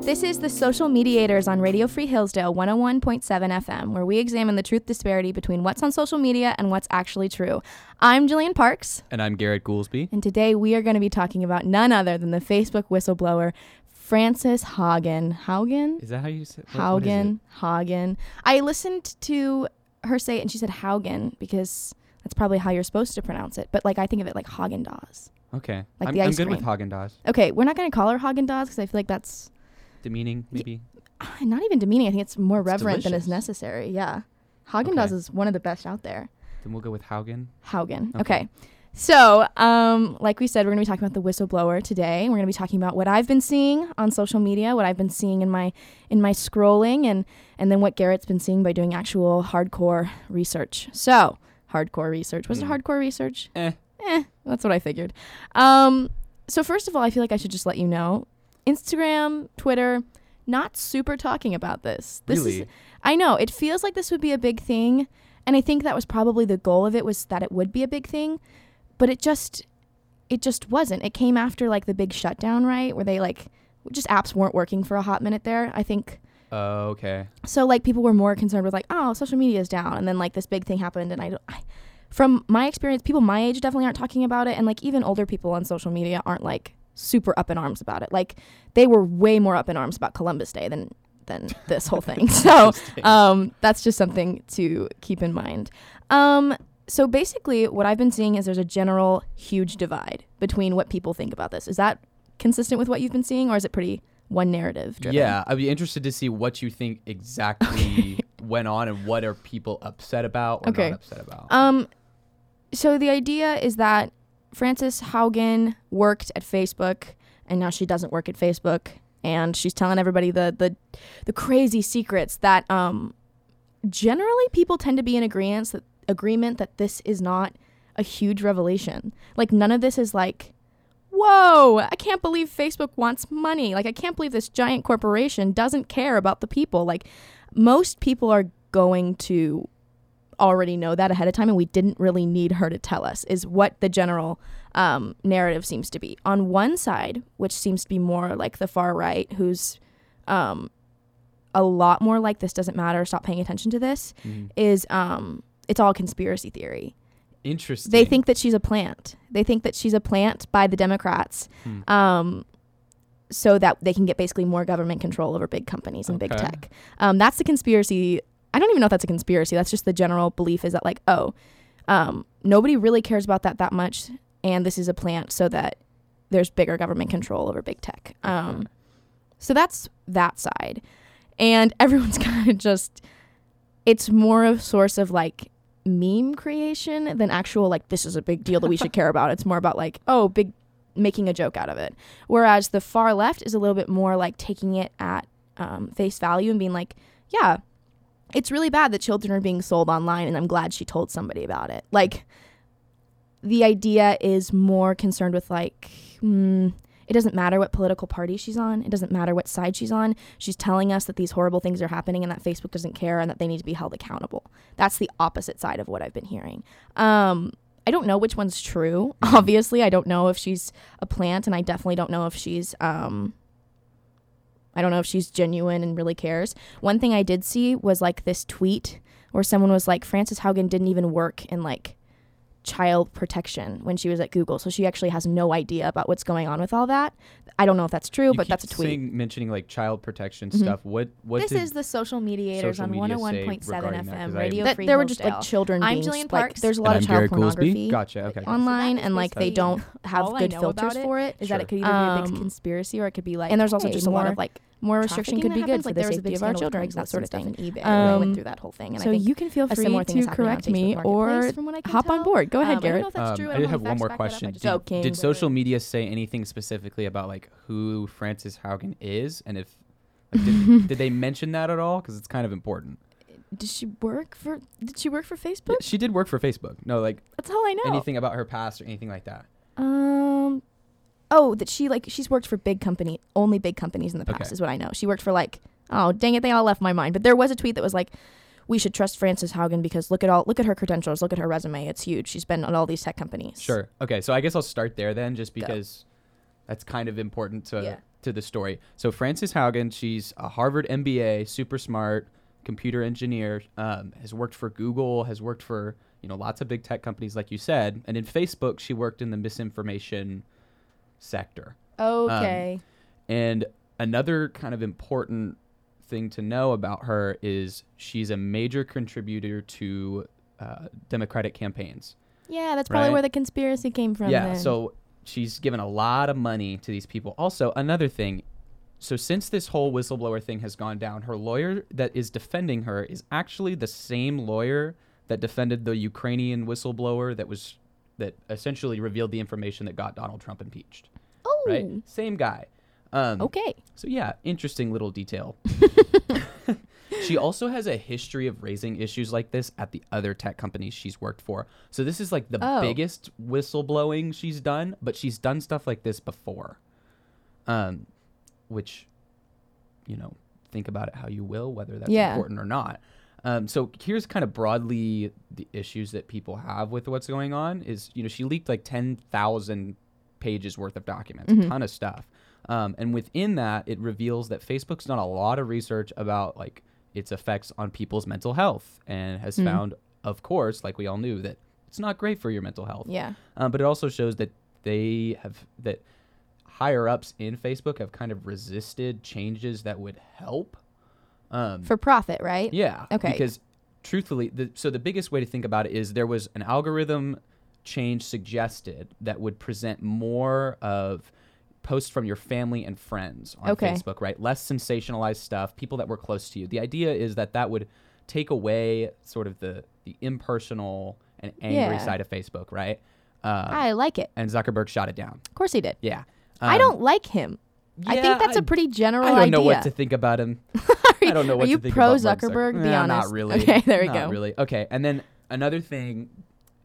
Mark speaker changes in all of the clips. Speaker 1: This is the Social Mediators on Radio Free Hillsdale 101.7 FM, where we examine the truth disparity between what's on social media and what's actually true. I'm Jillian Parks,
Speaker 2: And I'm Garrett Goolsby.
Speaker 1: and today we are going to be talking about none other than the Facebook whistleblower, Francis Hagen. Haugen?
Speaker 2: Is that how you say what- what is
Speaker 1: Haugen? Hagen. I listened to her say it and she said Haugen because that's probably how you're supposed to pronounce it, but like I think of it like Hagen Dazs.
Speaker 2: it? Okay.
Speaker 1: Like
Speaker 2: I'm,
Speaker 1: the
Speaker 2: I'm
Speaker 1: ice
Speaker 2: good with
Speaker 1: cream.
Speaker 2: Hagen Dazs.
Speaker 1: Okay, we're not going to call her Hagen Dazs because I feel like that's
Speaker 2: Demeaning, maybe.
Speaker 1: Ah, not even demeaning. I think it's more
Speaker 2: It's
Speaker 1: reverent than is
Speaker 2: delicious.
Speaker 1: necessary. Yeah. Haagen Dazs
Speaker 2: Okay.
Speaker 1: is one of the best out there.
Speaker 2: Then we'll go with Haugen.
Speaker 1: Haugen. Okay.
Speaker 2: Okay.
Speaker 1: So, um, like we said, we're going to be talking about the whistleblower today. We're going to be talking about what I've been seeing on social media, what I've been seeing in my in my scrolling, and and then what Garrett's been seeing by doing actual hardcore research. So, hardcore research. Was it
Speaker 2: Mm.
Speaker 1: hardcore research?
Speaker 2: Eh.
Speaker 1: Eh, that's what I figured. Um, so first of all, I feel like I should just let you know, Instagram, Twitter, not super talking about this. This is
Speaker 2: really?
Speaker 1: I know. It feels like this would be a big thing, and I think that was probably the goal of it was that it would be a big thing, but it just it just wasn't. It came after like the big shutdown, right? Where they like just apps weren't working for a hot minute there. I think
Speaker 2: Oh, okay.
Speaker 1: so like people were more concerned with like, oh, social media is down and then like this big thing happened and I don't I, from my experience, people my age definitely aren't talking about it and like even older people on social media aren't like super up in arms about it. Like they were way more up in arms about Columbus Day than than this whole thing. So
Speaker 2: Interesting.
Speaker 1: um, that's just something to keep in mind. Um, so basically, what I've been seeing is there's a general huge divide between what people think about this. Is that consistent with what you've been seeing, or is it pretty one narrative driven?
Speaker 2: yeah, I'd be interested to see what you think exactly went on and what are people upset about or
Speaker 1: Okay.
Speaker 2: not upset about.
Speaker 1: Um, so the idea is that Frances Haugen worked at Facebook, and now she doesn't work at Facebook, and she's telling everybody the the, the crazy secrets that um, generally people tend to be in agreement that agreement that this is not a huge revelation. Like none of this is like. Whoa, I can't believe Facebook wants money. Like, I can't believe this giant corporation doesn't care about the people. Like, most people are going to already know that ahead of time and we didn't really need her to tell us is what the general um, narrative seems to be on one side which seems to be more like the far right who's um, a lot more like this doesn't matter stop paying attention to this
Speaker 2: Mhm.
Speaker 1: is um, it's all conspiracy theory
Speaker 2: Interesting.
Speaker 1: they think that she's a plant they think that she's a plant by the democrats
Speaker 2: Hmm.
Speaker 1: um, so that they can get basically more government control over big companies and big
Speaker 2: Okay.
Speaker 1: tech um, that's the conspiracy i don't even know if that's a conspiracy that's just the general belief is that like oh um, nobody really cares about that that much and this is a plant so that there's bigger government control over big tech um, so that's that side and everyone's kind of just it's more a source of like meme creation than actual like this is a big deal that we should care about it's more about like oh big making a joke out of it whereas the far left is a little bit more like taking it at um, face value and being like yeah it's really bad that children are being sold online and i'm glad she told somebody about it like the idea is more concerned with like mm, it doesn't matter what political party she's on it doesn't matter what side she's on she's telling us that these horrible things are happening and that facebook doesn't care and that they need to be held accountable that's the opposite side of what i've been hearing um, i don't know which one's true
Speaker 2: Mm-hmm.
Speaker 1: obviously i don't know if she's a plant and i definitely don't know if she's um, i don't know if she's genuine and really cares one thing i did see was like this tweet where someone was like frances haugen didn't even work in like child protection when she was at Google. So she actually has no idea about what's going on with all that. I don't know if that's true,
Speaker 2: You
Speaker 1: but
Speaker 2: keep
Speaker 1: that's a tweet. Mm-hmm.
Speaker 2: saying- mentioning like child protection stuff. What what
Speaker 3: This
Speaker 2: did
Speaker 3: is the social mediators
Speaker 2: social
Speaker 3: on
Speaker 2: media say
Speaker 3: 101.7
Speaker 2: regarding that? 'Cause
Speaker 3: FM
Speaker 2: I-
Speaker 3: radio.
Speaker 1: that
Speaker 3: free
Speaker 1: there were just
Speaker 3: Hillsdale.
Speaker 1: like children.
Speaker 3: I'm
Speaker 1: being
Speaker 3: Jillian
Speaker 1: sp-
Speaker 3: Parks.
Speaker 1: There's a lot
Speaker 2: And
Speaker 1: of
Speaker 2: I'm
Speaker 1: child
Speaker 2: Garrett Goolsby.
Speaker 1: pornography
Speaker 2: Gotcha. Okay.
Speaker 1: online,
Speaker 3: So that
Speaker 1: and
Speaker 3: was
Speaker 1: like they
Speaker 3: basically
Speaker 1: don't have
Speaker 3: all I
Speaker 1: good
Speaker 3: know
Speaker 1: filters
Speaker 3: about it
Speaker 1: for it.
Speaker 3: Is that it could either be a
Speaker 1: Um,
Speaker 3: big conspiracy or it could be like
Speaker 1: and there's also
Speaker 3: hey,
Speaker 1: just a lot
Speaker 3: more
Speaker 1: of like more restriction
Speaker 3: trafficking
Speaker 1: could
Speaker 3: that
Speaker 1: be good
Speaker 3: happens.
Speaker 1: for
Speaker 3: like
Speaker 1: the
Speaker 3: there was a
Speaker 1: safety
Speaker 3: big
Speaker 1: of our
Speaker 3: scandal with
Speaker 1: children,
Speaker 3: Craigslist
Speaker 1: that sort
Speaker 3: and
Speaker 1: of
Speaker 3: stuff
Speaker 1: thing.
Speaker 3: and eBay
Speaker 1: Um,
Speaker 3: we went through that whole thing. And
Speaker 1: so
Speaker 3: I think
Speaker 1: you can feel
Speaker 3: a
Speaker 1: free
Speaker 3: similar thing
Speaker 1: to
Speaker 3: is happening on
Speaker 1: correct
Speaker 3: Facebook
Speaker 1: me or
Speaker 3: Marketplace, from what I can
Speaker 1: hop on
Speaker 3: tell.
Speaker 1: board. Go ahead,
Speaker 3: Um, I don't
Speaker 1: Garrett.
Speaker 3: know if that's
Speaker 2: Um,
Speaker 3: true.
Speaker 2: I
Speaker 3: I
Speaker 2: did
Speaker 3: don't
Speaker 2: have
Speaker 3: know
Speaker 2: one
Speaker 3: the
Speaker 2: more
Speaker 3: facts back that up. I
Speaker 2: question.
Speaker 3: just
Speaker 2: Did,
Speaker 3: don't
Speaker 1: Okay.
Speaker 3: know.
Speaker 2: did social media say anything specifically about like who Frances Haugen is and if like, did, did they mention that at all? Because it's kind of important.
Speaker 1: Did she work for? Did she work for Facebook?
Speaker 2: She did work for Facebook. No, like
Speaker 1: That's all I know.
Speaker 2: anything about her past or anything like that.
Speaker 1: Um, oh, that she like she's worked for big company, only big companies in the past
Speaker 2: Okay.
Speaker 1: is what I know. She worked for like, oh dang it, they all left my mind. But there was a tweet that was like, we should trust Frances Haugen because look at all look at her credentials, look at her resume, it's huge. She's been on all these tech companies.
Speaker 2: Sure. Okay, so I guess I'll start there then, just
Speaker 1: Go.
Speaker 2: because that's kind of important to
Speaker 1: Yeah.
Speaker 2: to the story. So Frances Haugen, she's a Harvard MBA, super smart computer engineer, um, has worked for Google, has worked for you know lots of big tech companies, like you said, and in Facebook, she worked in the misinformation sector. Um,
Speaker 1: Okay.
Speaker 2: And another kind of important thing to know about her is she's a major contributor to uh, Democratic campaigns.
Speaker 1: yeah, that's probably
Speaker 2: right.
Speaker 1: where the conspiracy came from.
Speaker 2: Yeah.
Speaker 1: then.
Speaker 2: So she's given a lot of money to these people. Also, another thing. So since this whole whistleblower thing has gone down, her lawyer that is defending her is actually the same lawyer that defended the Ukrainian whistleblower that was that essentially revealed the information that got Donald Trump impeached.
Speaker 1: oh,
Speaker 2: Right. Same guy. Um,
Speaker 1: okay.
Speaker 2: so yeah, interesting little detail. she also has a history of raising issues like this at the other tech companies she's worked for. So this is like the
Speaker 1: Oh.
Speaker 2: biggest whistleblowing she's done, but she's done stuff like this before. Um which you know, think about it how you will whether that's
Speaker 1: Yeah.
Speaker 2: important or not. Um, so here's kind of broadly the issues that people have with what's going on is you know she leaked like 10,000 pages worth of documents, a ton of stuff. Um, and within that, it reveals that Facebook's done a lot of research about like its effects on people's mental health and has found, of course, like we all knew, that it's not great for your mental health.
Speaker 1: Yeah.
Speaker 2: Um, but it also shows that they have that higher ups in Facebook have kind of resisted changes that would help. Um,
Speaker 1: For profit, right?
Speaker 2: yeah.
Speaker 1: Okay.
Speaker 2: Because truthfully, the, so the biggest way to think about it is there was an algorithm change suggested that would present more of posts from your family and friends on
Speaker 1: Okay.
Speaker 2: Facebook, right? Less sensationalized stuff, people that were close to you. The idea is that that would take away sort of the the impersonal and angry
Speaker 1: Yeah.
Speaker 2: side of Facebook, right? Um,
Speaker 1: I like it.
Speaker 2: and Zuckerberg shot it down.
Speaker 1: Of course he did.
Speaker 2: Yeah.
Speaker 1: I
Speaker 2: Um,
Speaker 1: don't like him. I
Speaker 2: yeah,
Speaker 1: think that's a
Speaker 2: I-
Speaker 1: pretty general
Speaker 2: I don't
Speaker 1: idea.
Speaker 2: know what to think about him. I don't know what
Speaker 1: Are
Speaker 2: to
Speaker 1: you
Speaker 2: think
Speaker 1: pro
Speaker 2: about Mark
Speaker 1: Zuckerberg? Be
Speaker 2: Nah,
Speaker 1: honest.
Speaker 2: Not really.
Speaker 1: Okay, there we
Speaker 2: Not
Speaker 1: go.
Speaker 2: Really. Okay. And then another thing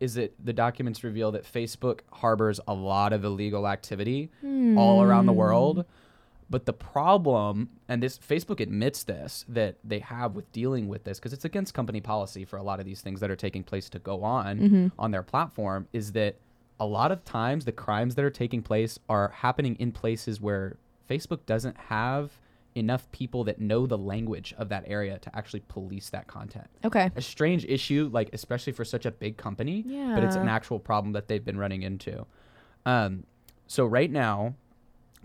Speaker 2: is that the documents reveal that Facebook harbors a lot of illegal activity all around
Speaker 1: Hmm.
Speaker 2: the world. But the problem, and this Facebook admits this, that they have with dealing with this, because it's against company policy for a lot of these things that are taking place to go on on their platform, is that a lot of times the crimes that are taking place are happening in places where Facebook doesn't have enough people that know the language of that area to actually police that content.
Speaker 1: Okay.
Speaker 2: A strange issue, like especially for such a big company, but it's an actual problem that they've been running into. Um, so right now,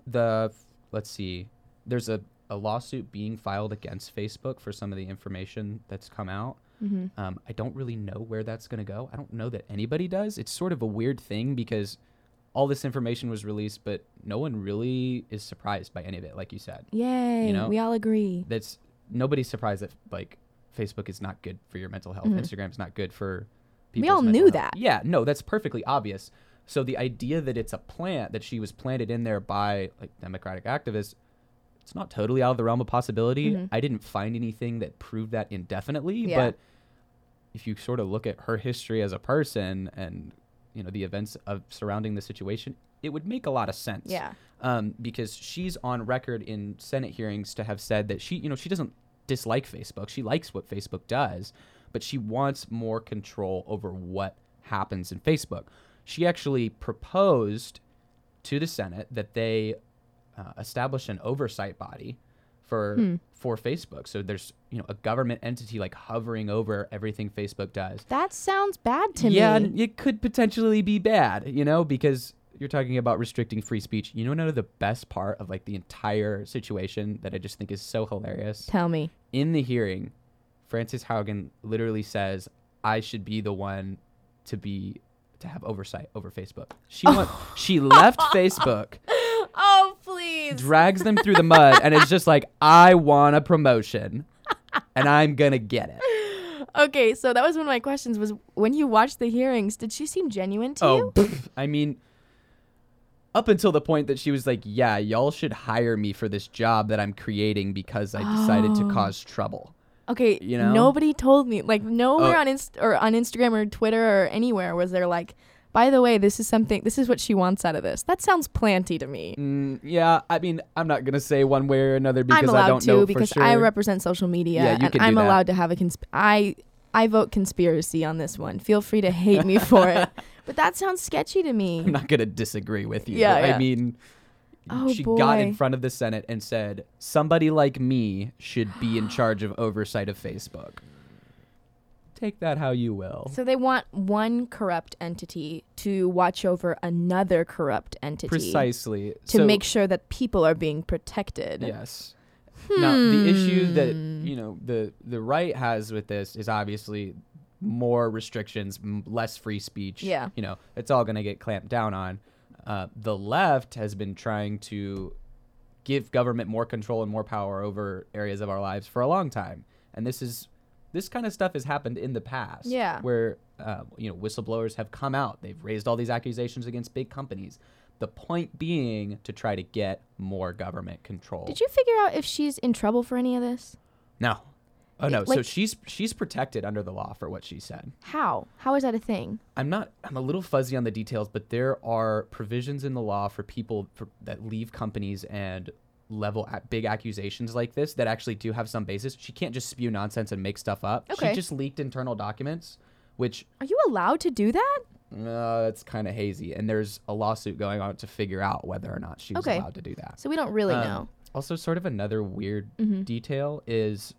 Speaker 2: the let's see, there's a, a lawsuit being filed against Facebook for some of the information that's come out.
Speaker 1: Mm-hmm.
Speaker 2: Um, I don't really know where that's going to go. I don't know that anybody does. It's sort of a weird thing because all this information was released, but no one really is surprised by any of it, like you said
Speaker 1: Yay.
Speaker 2: You know?
Speaker 1: we all agree.
Speaker 2: that's nobody's surprised that like Facebook is not good for your mental health. Instagram's not good for people.
Speaker 1: Mm-hmm. all knew that.
Speaker 2: Yeah, no, that's perfectly obvious. So the idea that it's a plant that she was planted in there by like democratic activists, it's not totally out of the realm of possibility. I didn't find anything that proved that indefinitely,
Speaker 1: Mm-hmm. Yeah.
Speaker 2: but if you sort of look at her history as a person and you know the events of surrounding the situation, it would make a lot of sense
Speaker 1: Yeah.
Speaker 2: um, because she's on record in Senate hearings to have said that she, you know, she doesn't dislike Facebook. She likes what Facebook does, but she wants more control over what happens in Facebook. She actually proposed to the Senate that they uh, establish an oversight body for for Facebook. So there's, you know, a government entity like hovering over everything Facebook does
Speaker 1: That sounds bad to
Speaker 2: yeah,
Speaker 1: me.
Speaker 2: and it could potentially be bad, you know, because you're talking about restricting free speech. You know, another the best part of like the entire situation that I just think is so hilarious.
Speaker 1: Tell me.
Speaker 2: In the hearing, Francis Haugen literally says, "I should be the one to be to have oversight over Facebook." She went, she left Facebook,
Speaker 1: Oh, please.
Speaker 2: drags them through the mud, and is just like, "I want a promotion, and I'm gonna get it."
Speaker 1: Okay, so that was one of my questions was when you watched the hearings, did she seem genuine to
Speaker 2: Oh,
Speaker 1: you?
Speaker 2: pff, I mean, up until the point that she was like, "Yeah, y'all should hire me for this job that I'm creating because I decided
Speaker 1: Oh.
Speaker 2: to cause trouble."
Speaker 1: Okay,
Speaker 2: You know?
Speaker 1: nobody told me. Like nowhere
Speaker 2: Oh.
Speaker 1: on Inst- or on Instagram or Twitter or anywhere was there like by the way, this is something, this is what she wants out of this. That sounds planty to me.
Speaker 2: Mm, yeah, I mean, I'm not gonna say one way or another
Speaker 1: I'm
Speaker 2: because I
Speaker 1: allowed
Speaker 2: don't
Speaker 1: to
Speaker 2: know
Speaker 1: because
Speaker 2: for sure.
Speaker 1: I represent social media
Speaker 2: Yeah, you
Speaker 1: and
Speaker 2: can do
Speaker 1: I'm
Speaker 2: that.
Speaker 1: allowed to have a consp- I I vote conspiracy on this one. Feel free to hate me for it. But that sounds sketchy to
Speaker 2: I'm
Speaker 1: me.
Speaker 2: not gonna disagree with you.
Speaker 1: Yeah,
Speaker 2: but
Speaker 1: yeah.
Speaker 2: I mean,
Speaker 1: Oh,
Speaker 2: she got in
Speaker 1: boy.
Speaker 2: front of the Senate and said, "Somebody like me should be in charge of oversight of Facebook." Take that how you will.
Speaker 1: So they want one corrupt entity to watch over another corrupt entity
Speaker 2: Precisely
Speaker 1: to
Speaker 2: So-
Speaker 1: make sure that people are being protected.
Speaker 2: Yes. Now the issue that
Speaker 1: Hmm.
Speaker 2: you know the the right has with this is obviously more restrictions, m- less free speech.
Speaker 1: Yeah.
Speaker 2: You know, it's all going to get clamped down on. Uh, the left has been trying to give government more control and more power over areas of our lives for a long time, and this is this kind of stuff has happened in the past.
Speaker 1: Yeah.
Speaker 2: Where uh, you know whistleblowers have come out, they've raised all these accusations against big companies. The point being to try to get more government control.
Speaker 1: Did you figure out if she's in trouble for any of this?
Speaker 2: No. Oh
Speaker 1: It-
Speaker 2: no. so
Speaker 1: like-
Speaker 2: she's she's protected under the law for what she said.
Speaker 1: How? How is that a thing?
Speaker 2: I'm not I'm a little fuzzy on the details, but there are provisions in the law for people for, that leave companies and level at big accusations like this that actually do have some basis. She can't just spew nonsense and make stuff up.
Speaker 1: Okay.
Speaker 2: She just leaked internal documents, which
Speaker 1: Are you allowed to do that?
Speaker 2: uh, that's kind of hazy. And there's a lawsuit going on to figure out whether or not she was
Speaker 1: Okay.
Speaker 2: allowed to do that.
Speaker 1: So we don't really
Speaker 2: Um,
Speaker 1: know. Mm-hmm.
Speaker 2: Also, sort of another weird detail is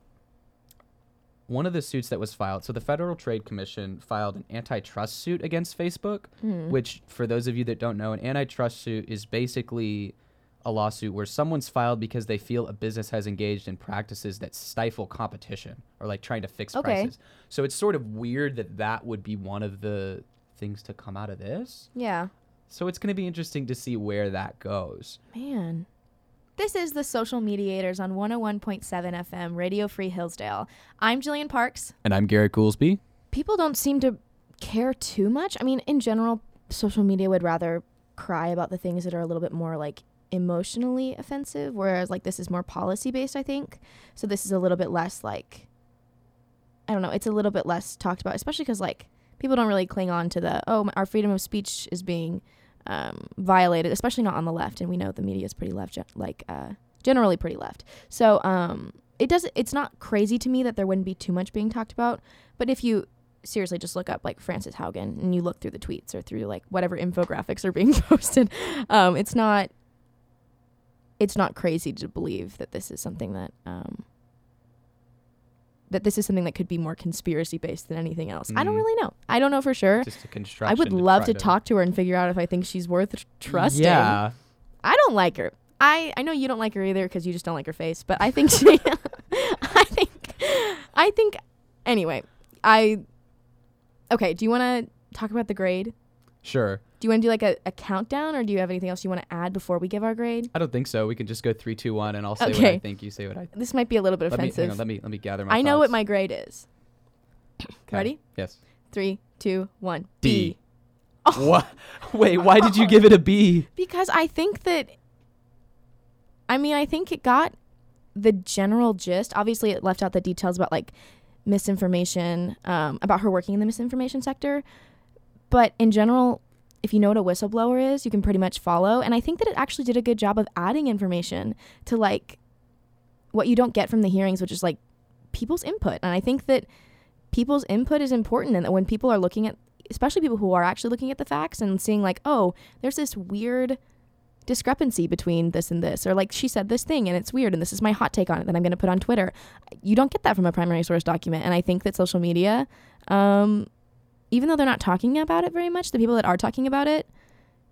Speaker 2: one of the suits that was filed. So the Federal Trade Commission filed an antitrust suit against Facebook,
Speaker 1: Hmm.
Speaker 2: which, for those of you that don't know, an antitrust suit is basically a lawsuit where someone's filed because they feel a business has engaged in practices that stifle competition or like trying to fix
Speaker 1: Okay.
Speaker 2: prices. So it's sort of weird that that would be one of the things to come out of this.
Speaker 1: Yeah.
Speaker 2: So it's going to be interesting to see where that goes.
Speaker 1: Man. This is the Social Mediators on 101.7 FM, Radio Free Hillsdale. I'm Jillian Parks.
Speaker 2: And I'm Garrett Goolsby.
Speaker 1: People don't seem to care too much. I mean, in general, social media would rather cry about the things that are a little bit more like emotionally offensive, whereas like this is more policy based, I think. So this is a little bit less like, I don't know, it's a little bit less talked about, especially because like people don't really cling on to the, oh, my- our freedom of speech is being um, violated, especially not on the left. And we know the media is pretty left, gen- like uh, generally pretty left. So um, it does. It's not crazy to me that there wouldn't be too much being talked about. But if you seriously just look up like Francis Haugen and you look through the tweets or through like whatever infographics are being posted, um, it's not. It's not crazy to believe that this is something that. Um, that this is something that could be more conspiracy based than anything else. I don't
Speaker 2: Mhm.
Speaker 1: really know. I don't know for sure.
Speaker 2: just a
Speaker 1: I
Speaker 2: construction.
Speaker 1: would love
Speaker 2: try
Speaker 1: to talk to her and figure out if I think she's worth tr- trusting.
Speaker 2: Yeah,
Speaker 1: I don't like her. I, I know you don't like her either because you just don't like her face, but I think she, I think, I think, anyway, I, okay, do you want to talk about the grade?
Speaker 2: sure.
Speaker 1: Do you want to do like a, a countdown or do you have anything else you want to add before we give our grade?
Speaker 2: I don't think so. We can just go three, two, one, and I'll say what
Speaker 1: Okay.
Speaker 2: I think. You say what I.
Speaker 1: This might be a little bit
Speaker 2: Let me, hang on,
Speaker 1: offensive.
Speaker 2: let me let me gather my.
Speaker 1: I know what
Speaker 2: thoughts.
Speaker 1: my grade is.
Speaker 2: 'Kay.
Speaker 1: ready?
Speaker 2: Yes.
Speaker 1: Three, two, one.
Speaker 2: D. What? Wait. Why did you give it a B?
Speaker 1: Because I think that, I mean, I think it got the general gist. Obviously, it left out the details about like misinformation, um, about her working in the misinformation sector. But in general, if you know what a whistleblower is, you can pretty much follow. And I think that it actually did a good job of adding information to like what you don't get from the hearings, which is like people's input. And I think that people's input is important and that when people are looking at especially people who are actually looking at the facts and seeing like oh there's this weird discrepancy between this and this or like she said this thing and it's weird and this is my hot take on it that i'm going to put on twitter you don't get that from a primary source document and i think that social media um, even though they're not talking about it very much the people that are talking about it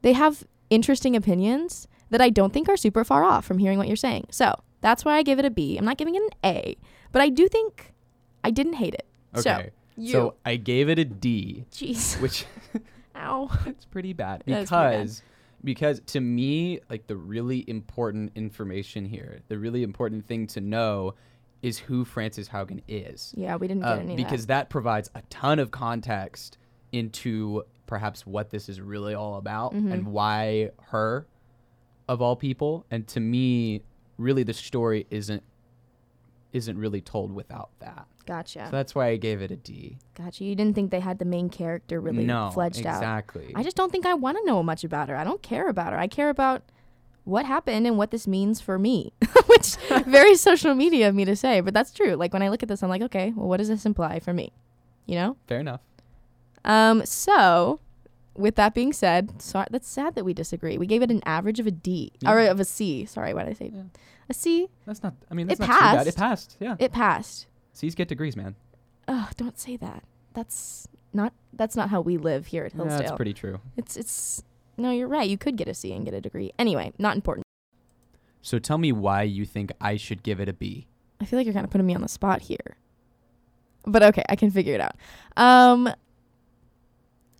Speaker 1: they have interesting opinions that i don't think are super far off from hearing what you're saying so that's why i give it a b i'm not giving it an a but i do think i didn't hate it so
Speaker 2: Okay.
Speaker 1: you.
Speaker 2: So I gave it a D,
Speaker 1: Jeez.
Speaker 2: which
Speaker 1: Ow.
Speaker 2: it's pretty bad
Speaker 1: Yeah, it's
Speaker 2: because
Speaker 1: pretty bad.
Speaker 2: because to me like the really important information here, the really important thing to know is who Frances Haugen is.
Speaker 1: Yeah, we didn't get
Speaker 2: Uh,
Speaker 1: any
Speaker 2: because
Speaker 1: of
Speaker 2: that. provides a ton of context into perhaps what this is really all about
Speaker 1: Mm-hmm.
Speaker 2: and why her of all people and to me really the story isn't isn't really told without that
Speaker 1: that. Gotcha.
Speaker 2: So that's why I gave it a D.
Speaker 1: Gotcha. You didn't think they had the main character really
Speaker 2: no,
Speaker 1: fledged out.
Speaker 2: exactly.
Speaker 1: I just don't think I want to know much about her. I don't care about her. I care about what happened and what this means for me, which very social media of me to say, but that's true. Like when I look at this, I'm like, okay, well, what does this imply for me? You know.
Speaker 2: Fair enough.
Speaker 1: Um. So, with that being said, sorry, that's sad that we disagree. We gave it an average of a D or
Speaker 2: Yeah.
Speaker 1: of a C. Sorry, what did I say?
Speaker 2: Yeah.
Speaker 1: A C.
Speaker 2: That's not. I mean, that's
Speaker 1: It
Speaker 2: not too bad. It
Speaker 1: passed.
Speaker 2: passed. Yeah.
Speaker 1: It passed.
Speaker 2: C's get degrees, man.
Speaker 1: Oh, don't say that. That's not. That's not how we live here at
Speaker 2: Yeah,
Speaker 1: Hillsdale.
Speaker 2: that's pretty true.
Speaker 1: It's it's no, you're right. You could get a C and get a degree. Anyway, not important.
Speaker 2: So tell me why you think I should give it a B.
Speaker 1: I feel like you're kind of putting me on the spot here. But okay, I can figure it out. Um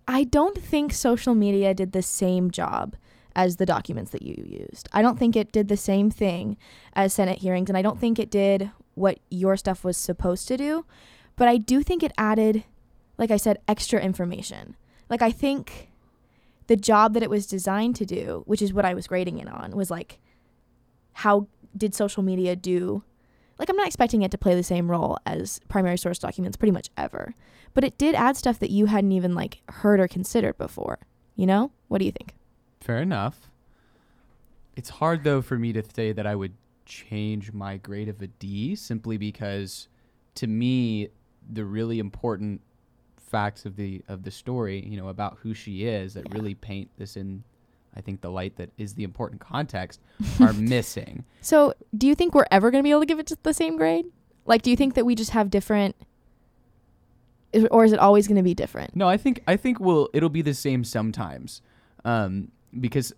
Speaker 1: I don't think social media did the same job as the documents that you used. I don't think it did the same thing as Senate hearings and I don't think it did what your stuff was supposed to do, but I do think it added like I said extra information. Like I think the job that it was designed to do, which is what I was grading it on, was like how did social media do like I'm not expecting it to play the same role as primary source documents pretty much ever, but it did add stuff that you hadn't even like heard or considered before. You know? What do you think?
Speaker 2: Fair enough. It's hard though for me to say that I would change my grade of a D simply because to me the really important facts of the of the story, you know, about who she is that
Speaker 1: Yeah.
Speaker 2: really paint this in I think the light that is the important context are missing.
Speaker 1: So, do you think we're ever going to be able to give it the same grade? Like, do you think that we just have different, is- or is it always going to be different?
Speaker 2: No, I think I think we'll it'll be the same sometimes, um, because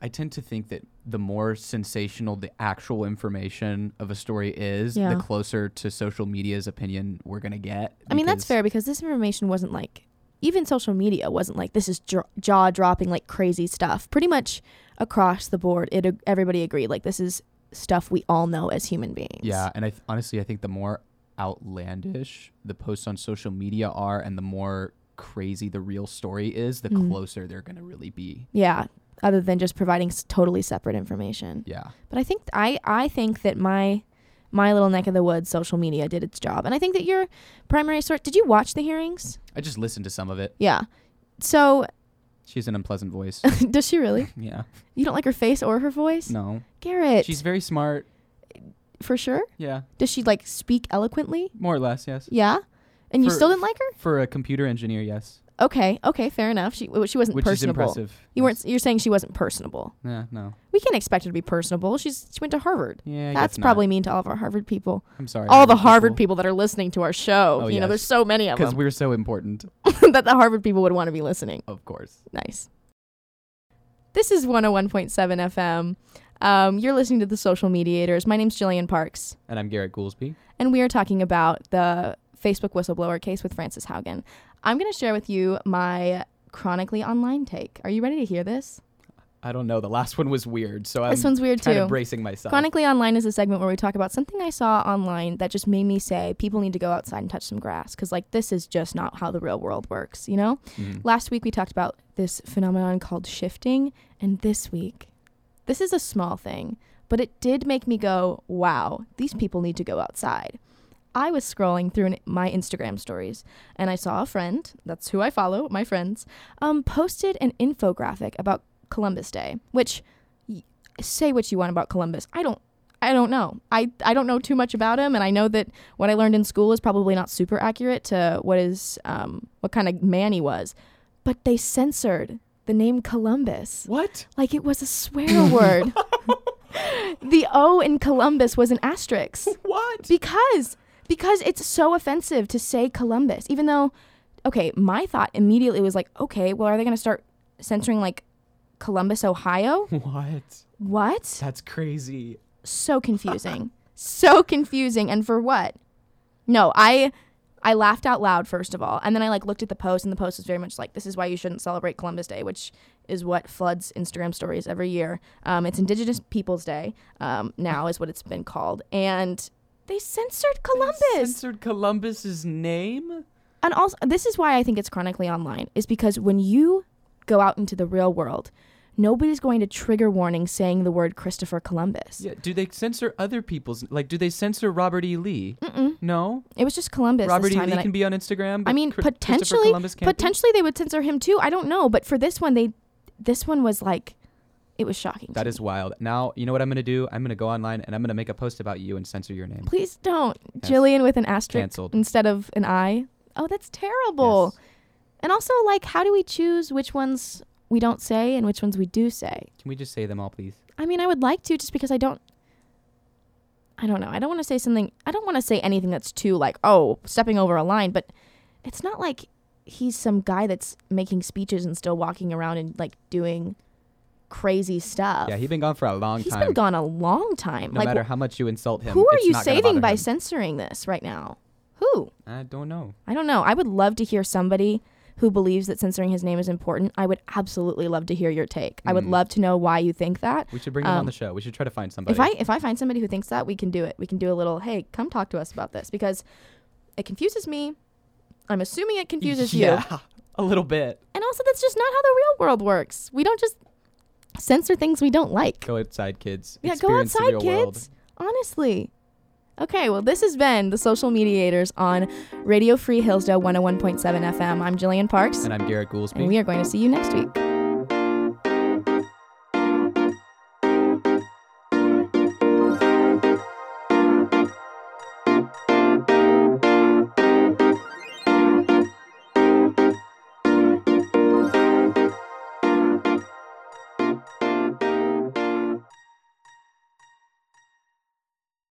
Speaker 2: I tend to think that the more sensational the actual information of a story is,
Speaker 1: Yeah.
Speaker 2: the closer to social media's opinion we're gonna get.
Speaker 1: I mean, that's
Speaker 2: because-
Speaker 1: fair because this information wasn't like even social media wasn't like this is dr- jaw dropping like crazy stuff. Pretty much across the board, it ag- everybody agreed like this is stuff we all know as human beings.
Speaker 2: Yeah, and I th- honestly I think the more outlandish the posts on social media are, and the more crazy the real story is, the
Speaker 1: Mm.
Speaker 2: closer they're gonna really be.
Speaker 1: Yeah, other than just providing s- totally separate information.
Speaker 2: Yeah.
Speaker 1: But I think I I think that my my little neck of the woods social media did its job, and I think that your primary source. Did you watch the hearings?
Speaker 2: I just listened to some of it.
Speaker 1: Yeah. So
Speaker 2: She has an unpleasant voice.
Speaker 1: does she really?
Speaker 2: yeah.
Speaker 1: You don't like her face or her voice,
Speaker 2: No.
Speaker 1: Garrett?
Speaker 2: She's very smart.
Speaker 1: for sure.
Speaker 2: Yeah.
Speaker 1: Does she like speak eloquently?
Speaker 2: More or less, yes.
Speaker 1: Yeah. And you
Speaker 2: For-
Speaker 1: still didn't like her?
Speaker 2: For a computer engineer, yes.
Speaker 1: Okay. Okay. Fair enough. She w- she wasn't
Speaker 2: Which
Speaker 1: personable.
Speaker 2: is impressive.
Speaker 1: You weren't. You're saying she wasn't personable.
Speaker 2: Yeah, no.
Speaker 1: We can't expect her to be personable. She's she went to Harvard.
Speaker 2: Yeah, I
Speaker 1: That's
Speaker 2: guess not.
Speaker 1: probably mean to all of our Harvard people.
Speaker 2: I'm sorry.
Speaker 1: all the Harvard people. that are listening to our show.
Speaker 2: Oh,
Speaker 1: you know,
Speaker 2: yes.
Speaker 1: there's so many of
Speaker 2: Because
Speaker 1: them
Speaker 2: we're so important,
Speaker 1: that the Harvard people would want to be listening.
Speaker 2: of course.
Speaker 1: Nice. This is 101.7 FM. Um, you're listening to The Social Mediators. My name's Jillian Parks,
Speaker 2: And I'm Garrett Goolsby.
Speaker 1: and we are talking about the Facebook whistleblower case with Frances Haugen. I'm going to share with you my chronically online take. Are you ready to hear this?
Speaker 2: I don't know. The last one was weird, so I'm
Speaker 1: this one's weird
Speaker 2: kind
Speaker 1: too.
Speaker 2: of bracing myself.
Speaker 1: Chronically Online is a segment where we talk about something I saw online that just made me say people need to go outside and touch some grass because, like, this is just not how the real world works, you know?
Speaker 2: Mhm.
Speaker 1: Last week we talked about this phenomenon called shifting, and this week, this is a small thing, but it did make me go, wow, these people need to go outside. I was scrolling through an, my Instagram stories and I saw a friend, that's who I follow, my friends, um, posted an infographic about Columbus Day, which y- say what you want about Columbus. I don't I don't know. I, I don't know too much about him, and I know that what I learned in school is probably not super accurate to what is um, what kind of man he was. But they censored the name Columbus
Speaker 2: What?
Speaker 1: like it was a swear word. the O in Columbus was an asterisk
Speaker 2: What?
Speaker 1: because because it's so offensive to say Columbus, even though okay, my thought immediately was like, okay, well, are they going to start censoring like Columbus, Ohio?
Speaker 2: What?
Speaker 1: What?
Speaker 2: That's crazy.
Speaker 1: So confusing. so confusing, and for what? No, I I laughed out loud first of all, and then I like looked at the post, and the post was very much like, "This is why you shouldn't celebrate Columbus Day," which is what floods Instagram stories every year. Um, it's Indigenous Peoples Day um, now, is what it's been called, and they censored Columbus.
Speaker 2: Censored Columbus's name?
Speaker 1: and also, this is why I think it's chronically online, is because when you go out into the real world, nobody's going to trigger warning saying the word Christopher Columbus.
Speaker 2: Yeah, do they censor other people's like do they censor Robert E. Lee?
Speaker 1: Mm-mm.
Speaker 2: No.
Speaker 1: It was just Columbus. this
Speaker 2: Robert E.
Speaker 1: time,
Speaker 2: Lee
Speaker 1: and I-
Speaker 2: can be on Instagram.
Speaker 1: I
Speaker 2: but
Speaker 1: mean,
Speaker 2: Chri- Christopher
Speaker 1: potentially,
Speaker 2: Columbus can't be?
Speaker 1: potentially they would censor him too. I don't know, but for this one, they, this one was like, it was shocking.
Speaker 2: That
Speaker 1: to
Speaker 2: is wild. Now, you know what I'm going to do? I'm going to go online and I'm going to make a post about you and censor your name.
Speaker 1: me. please don't,
Speaker 2: Yes.
Speaker 1: Jillian with an asterisk
Speaker 2: Canceled.
Speaker 1: instead of an I. Oh, that's terrible.
Speaker 2: Yes.
Speaker 1: And also, like, how do we choose which ones we don't say and which ones we do say?
Speaker 2: Can we just say them all, please?
Speaker 1: I mean, I would like to, just because I don't. I don't know. I don't want to say something. I don't want to say anything that's too like, oh, stepping over a line. But it's not like he's some guy that's making speeches and still walking around and like doing crazy stuff.
Speaker 2: Yeah, he's been gone for a long
Speaker 1: He's
Speaker 2: time.
Speaker 1: been gone a long time.
Speaker 2: No
Speaker 1: like,
Speaker 2: matter
Speaker 1: wh-
Speaker 2: how much you insult him.
Speaker 1: who are
Speaker 2: it's
Speaker 1: you
Speaker 2: not gonna
Speaker 1: saving
Speaker 2: bother
Speaker 1: by
Speaker 2: him.
Speaker 1: censoring this right now? Who?
Speaker 2: I don't know.
Speaker 1: I don't know. I would love to hear somebody who believes that censoring his name is important. I would absolutely love to hear your take. I would
Speaker 2: Mm.
Speaker 1: love to know why you think that.
Speaker 2: We should bring him on
Speaker 1: Um,
Speaker 2: the show. We should try to find somebody.
Speaker 1: If I if I find somebody who thinks that, we can do it. We can do a little, hey, come talk to us about this because it confuses me. I'm assuming it confuses you.
Speaker 2: yeah, a little bit.
Speaker 1: And also that's just not how the real world works. We don't just censor things we don't like.
Speaker 2: Go outside, kids.
Speaker 1: yeah, go
Speaker 2: Experience the
Speaker 1: outside,
Speaker 2: real
Speaker 1: kids.
Speaker 2: world.
Speaker 1: Honestly. Okay, well, this has been the Social Mediators on oh Radio Free Hillsdale 101.7 FM. I'm Jillian Parks,
Speaker 2: And I'm Garrett Goolsby.
Speaker 1: and we are going to see you next week.